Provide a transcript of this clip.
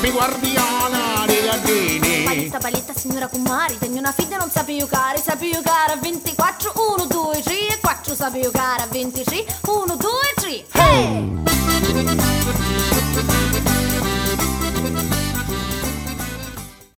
di guardiana dei gattini. Paletta, paletta, signora Kumari, tengo una figlia non sape giocare, sape giocare a 24, 1, 2, 3 e 4, sape giocare a 23, 1,